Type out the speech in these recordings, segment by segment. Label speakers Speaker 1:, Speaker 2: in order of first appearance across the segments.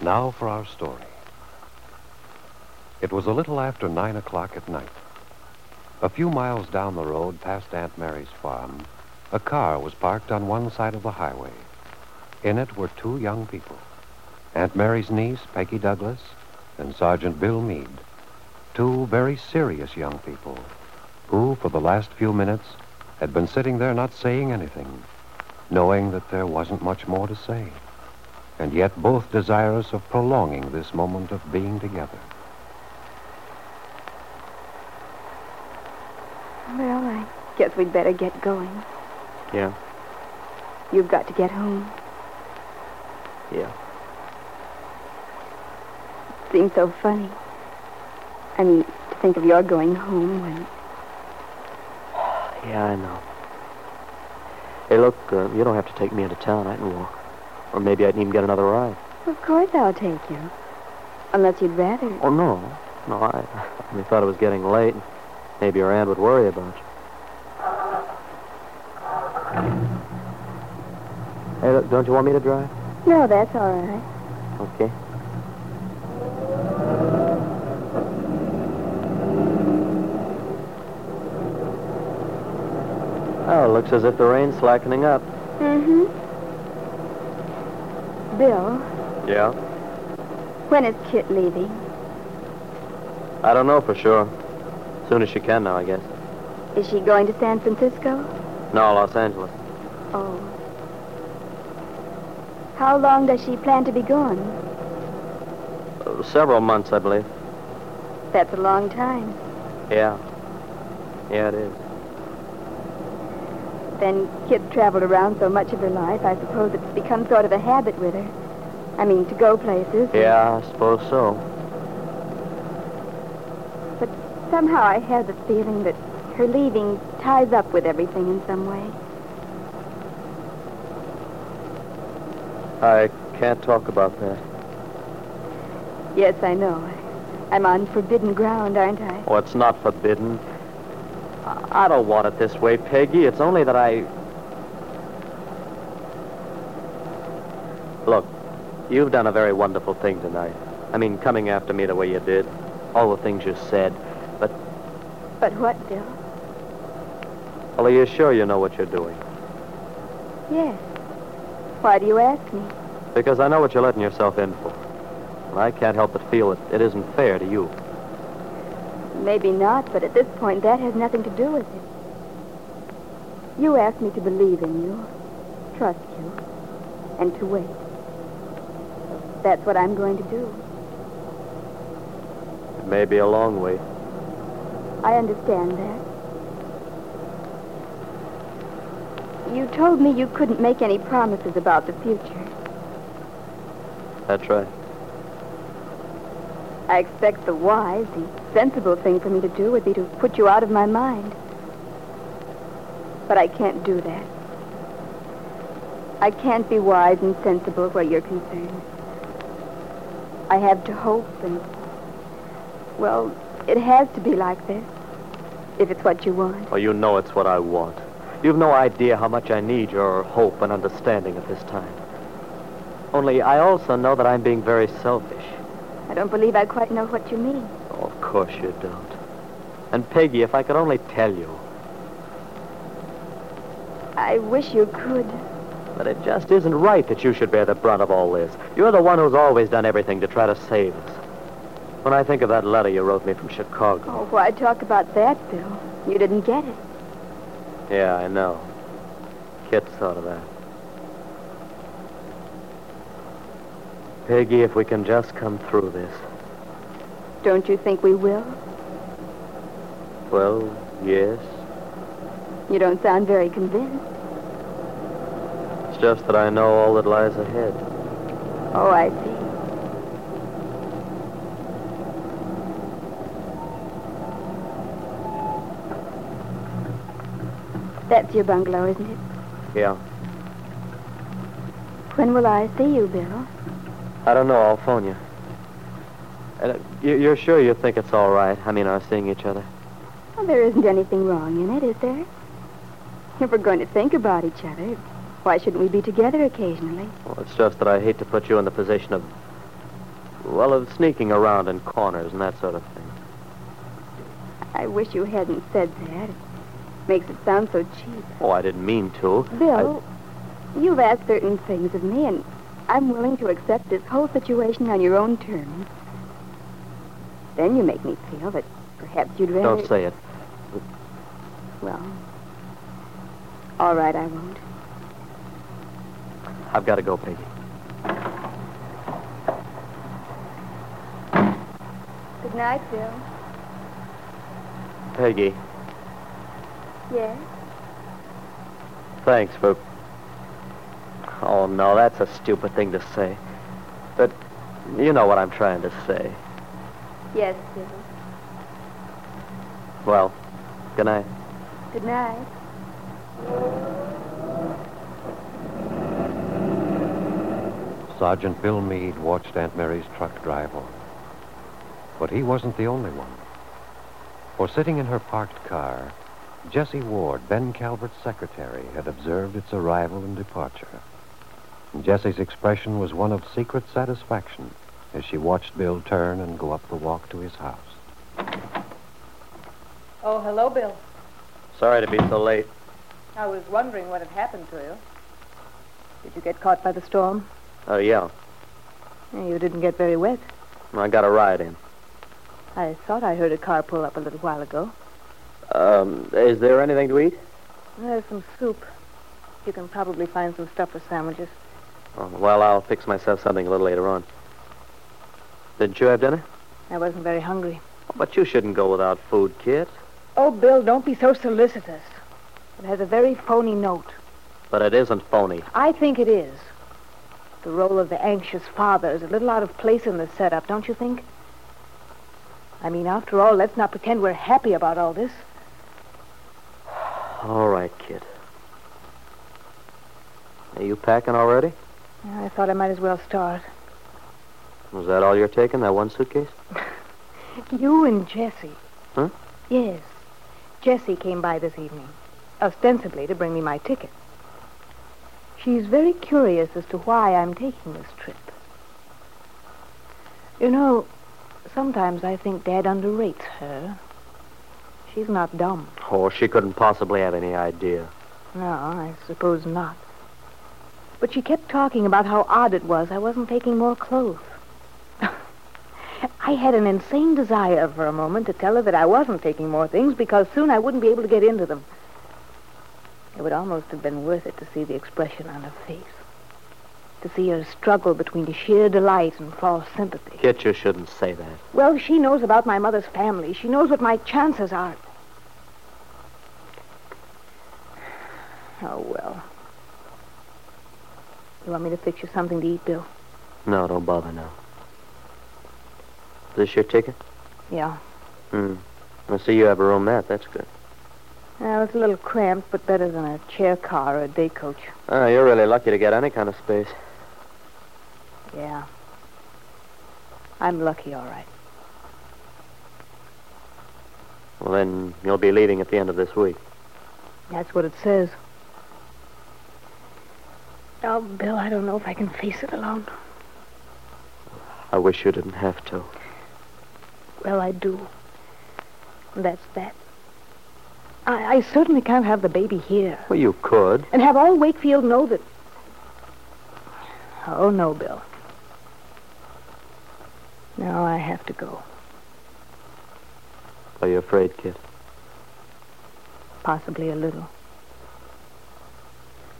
Speaker 1: Now for our story. It was a little after nine o'clock at night. A few miles down the road, past Aunt Mary's farm, a car was parked on one side of the highway. In it were two young people Aunt Mary's niece, Peggy Douglas, and Sergeant Bill Meade. Two very serious young people who, for the last few minutes, had been sitting there not saying anything, knowing that there wasn't much more to say and yet both desirous of prolonging this moment of being together.
Speaker 2: Well, I guess we'd better get going.
Speaker 3: Yeah,
Speaker 2: You've got to get home.
Speaker 3: yeah.
Speaker 2: Seems so funny. I mean, to think of your going home when.
Speaker 3: Yeah, I know. Hey, look, uh, you don't have to take me into town. I can walk. Or maybe I can even get another ride.
Speaker 2: Of course I'll take you. Unless you'd rather.
Speaker 3: Oh, no. No, I, I only thought it was getting late. Maybe your aunt would worry about you. Hey, look, don't you want me to drive?
Speaker 2: No, that's all right.
Speaker 3: Okay. Oh, looks as if the rain's slackening up.
Speaker 2: Mm-hmm. Bill,
Speaker 3: Yeah?
Speaker 2: when is Kit leaving?
Speaker 3: I don't know for sure. Soon as she can now, I guess.
Speaker 2: Is she going to San Francisco?
Speaker 3: No, Los Angeles.
Speaker 2: Oh. How long does she plan to be gone?
Speaker 3: Uh, several months, I believe.
Speaker 2: That's a long time.
Speaker 3: Yeah. Yeah, it is.
Speaker 2: Then Kit's traveled around so much of her life, I suppose it's become sort of a habit with her. I mean, to go places.
Speaker 3: Yeah, I suppose so.
Speaker 2: Somehow I have the feeling that her leaving ties up with everything in some way.
Speaker 3: I can't talk about that.
Speaker 2: Yes, I know. I'm on forbidden ground, aren't I?
Speaker 3: Oh, it's not forbidden. I I don't want it this way, Peggy. It's only that I. Look, you've done a very wonderful thing tonight. I mean, coming after me the way you did, all the things you said.
Speaker 2: But what, Bill?
Speaker 3: Well, are you sure you know what you're doing?
Speaker 2: Yes. Why do you ask me?
Speaker 3: Because I know what you're letting yourself in for. And I can't help but feel that it isn't fair to you.
Speaker 2: Maybe not, but at this point that has nothing to do with it. You asked me to believe in you, trust you, and to wait. That's what I'm going to do.
Speaker 3: It may be a long way.
Speaker 2: I understand that. You told me you couldn't make any promises about the future.
Speaker 3: That's right.
Speaker 2: I expect the wise, the sensible thing for me to do would be to put you out of my mind. But I can't do that. I can't be wise and sensible where you're concerned. I have to hope and. Well, it has to be like this. If it's what you want.
Speaker 3: Oh, you know it's what I want. You've no idea how much I need your hope and understanding at this time. Only I also know that I'm being very selfish.
Speaker 2: I don't believe I quite know what you mean.
Speaker 3: Oh, of course you don't. And Peggy, if I could only tell you
Speaker 2: I wish you could.
Speaker 3: that it just isn't right that you should bear the brunt of all this. You're the one who's always done everything to try to save us. When I think of that letter you wrote me from Chicago.
Speaker 2: Oh, why talk about that, Bill? You didn't get it.
Speaker 3: Yeah, I know. Kit thought of that. Peggy, if we can just come through this.
Speaker 2: Don't you think we will?
Speaker 3: Well, yes,
Speaker 2: You don't sound very convinced.
Speaker 3: It's just that I know all that lies ahead.
Speaker 2: Oh, I see. That's your bungalow, isn't it?
Speaker 3: Yeah.
Speaker 2: When will I see you, Bill?
Speaker 3: I don't know. I'll phone you. And uh, you, you're sure you think it's all right? I mean, our seeing each other.
Speaker 2: Well, there isn't anything wrong in it, is there? If we're going to think about each other, why shouldn't we be together occasionally?
Speaker 3: Well, it's just that I hate to put you in the position of, well, of sneaking around in corners and that sort of thing.
Speaker 2: I wish you hadn't said that. It makes it sound so cheap.
Speaker 3: Oh, I didn't mean to.
Speaker 2: Bill, you've asked certain things of me, and I'm willing to accept this whole situation on your own terms. Then you make me feel that perhaps you'd rather...
Speaker 3: Don't say it.
Speaker 2: Well, all right, I won't.
Speaker 3: I've got to go, Peggy.
Speaker 2: Good night, Bill.
Speaker 3: Peggy,
Speaker 2: Yes?
Speaker 3: thanks for. Oh no, that's a stupid thing to say. But you know what I'm trying to say.
Speaker 2: Yes, Bill.
Speaker 3: Well, good night.
Speaker 2: Good night.
Speaker 1: Sergeant Bill Meade watched Aunt Mary's truck drive off. But he wasn't the only one. For sitting in her parked car, Jessie Ward, Ben Calvert's secretary, had observed its arrival and departure. And Jessie's expression was one of secret satisfaction as she watched Bill turn and go up the walk to his house.
Speaker 4: Oh, hello, Bill.
Speaker 3: Sorry to be so late.
Speaker 4: I was wondering what had happened to you. Did you get caught by the storm?
Speaker 3: Oh yeah,
Speaker 4: You didn't get very wet.
Speaker 3: I got a ride in.
Speaker 4: I thought I heard a car pull up a little while ago.
Speaker 3: Um, is there anything to eat?
Speaker 4: There's some soup. You can probably find some stuff for sandwiches.
Speaker 3: Oh, well, I'll fix myself something a little later on. Didn't you have dinner?
Speaker 4: I wasn't very hungry.
Speaker 3: Oh, But you shouldn't go without food, kid.
Speaker 4: Oh, Bill, don't be so solicitous. It has a very phony note.
Speaker 3: But it isn't phony.
Speaker 4: I think it is. The role of the anxious father is a little out of place in this setup, don't you think? I mean, after all, let's not pretend we're happy about all this.
Speaker 3: All right, kid. Are you packing already?
Speaker 4: I thought I might as well start.
Speaker 3: Was that all you're taking, that one suitcase?
Speaker 4: You and Jessie.
Speaker 3: Huh?
Speaker 4: Yes. Jessie came by this evening, ostensibly to bring me my ticket. She's very curious as to why I'm taking this trip. You know, sometimes I think Dad underrates her. She's not dumb.
Speaker 3: Oh, she couldn't possibly have any idea.
Speaker 4: No, I suppose not. But she kept talking about how odd it was I wasn't taking more clothes. I had an insane desire for a moment to tell her that I wasn't taking more things because soon I wouldn't be able to get into them. It would almost have been worth it to see the expression on her face. To see her struggle between sheer delight and false sympathy.
Speaker 3: Kit, you shouldn't say that.
Speaker 4: Well, she knows about my mother's family. She knows what my chances are. Oh, well. You want me to fix you something to eat, Bill?
Speaker 3: No, don't bother now. Is this your ticket?
Speaker 4: Yeah.
Speaker 3: Hmm. I see you have a room That's good.
Speaker 4: Well, it's a little cramped, but better than a chair car or a day coach.
Speaker 3: Oh, you're really lucky to get any kind of space.
Speaker 4: Yeah. I'm lucky, all right.
Speaker 3: Well, then you'll be leaving at the end of this week.
Speaker 4: That's what it says. Oh, Bill, I don't know if I can face it alone.
Speaker 3: I wish you didn't have to.
Speaker 4: Well, I do. That's that. I, I certainly can't have the baby here.
Speaker 3: Well, you could.
Speaker 4: And have all Wakefield know that. Oh, no, Bill. No, I have to go.
Speaker 3: Are you afraid, Kit?
Speaker 4: Possibly a little.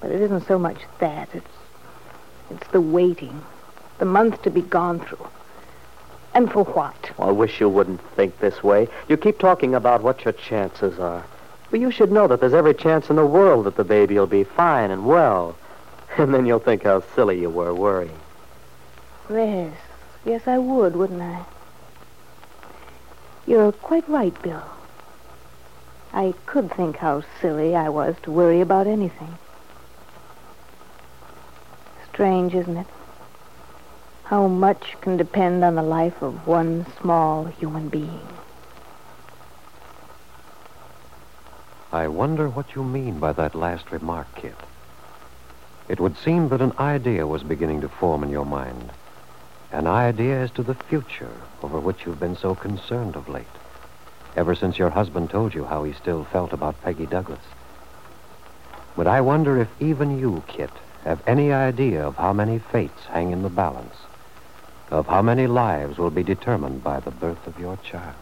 Speaker 4: But it isn't so much that. It's. It's the waiting. The months to be gone through. And for what?
Speaker 3: Well, I wish you wouldn't think this way. You keep talking about what your chances are. But you should know that there's every chance in the world that the baby will be fine and well. And then you'll think how silly you were worrying.
Speaker 4: Yes. Yes, I would, wouldn't I? You're quite right, Bill. I could think how silly I was to worry about anything. Strange, isn't it? How much can depend on the life of one small human being.
Speaker 1: I wonder what you mean by that last remark, Kit. It would seem that an idea was beginning to form in your mind. An idea as to the future over which you've been so concerned of late. Ever since your husband told you how he still felt about Peggy Douglas. But I wonder if even you, Kit, have any idea of how many fates hang in the balance, of how many lives will be determined by the birth of your child.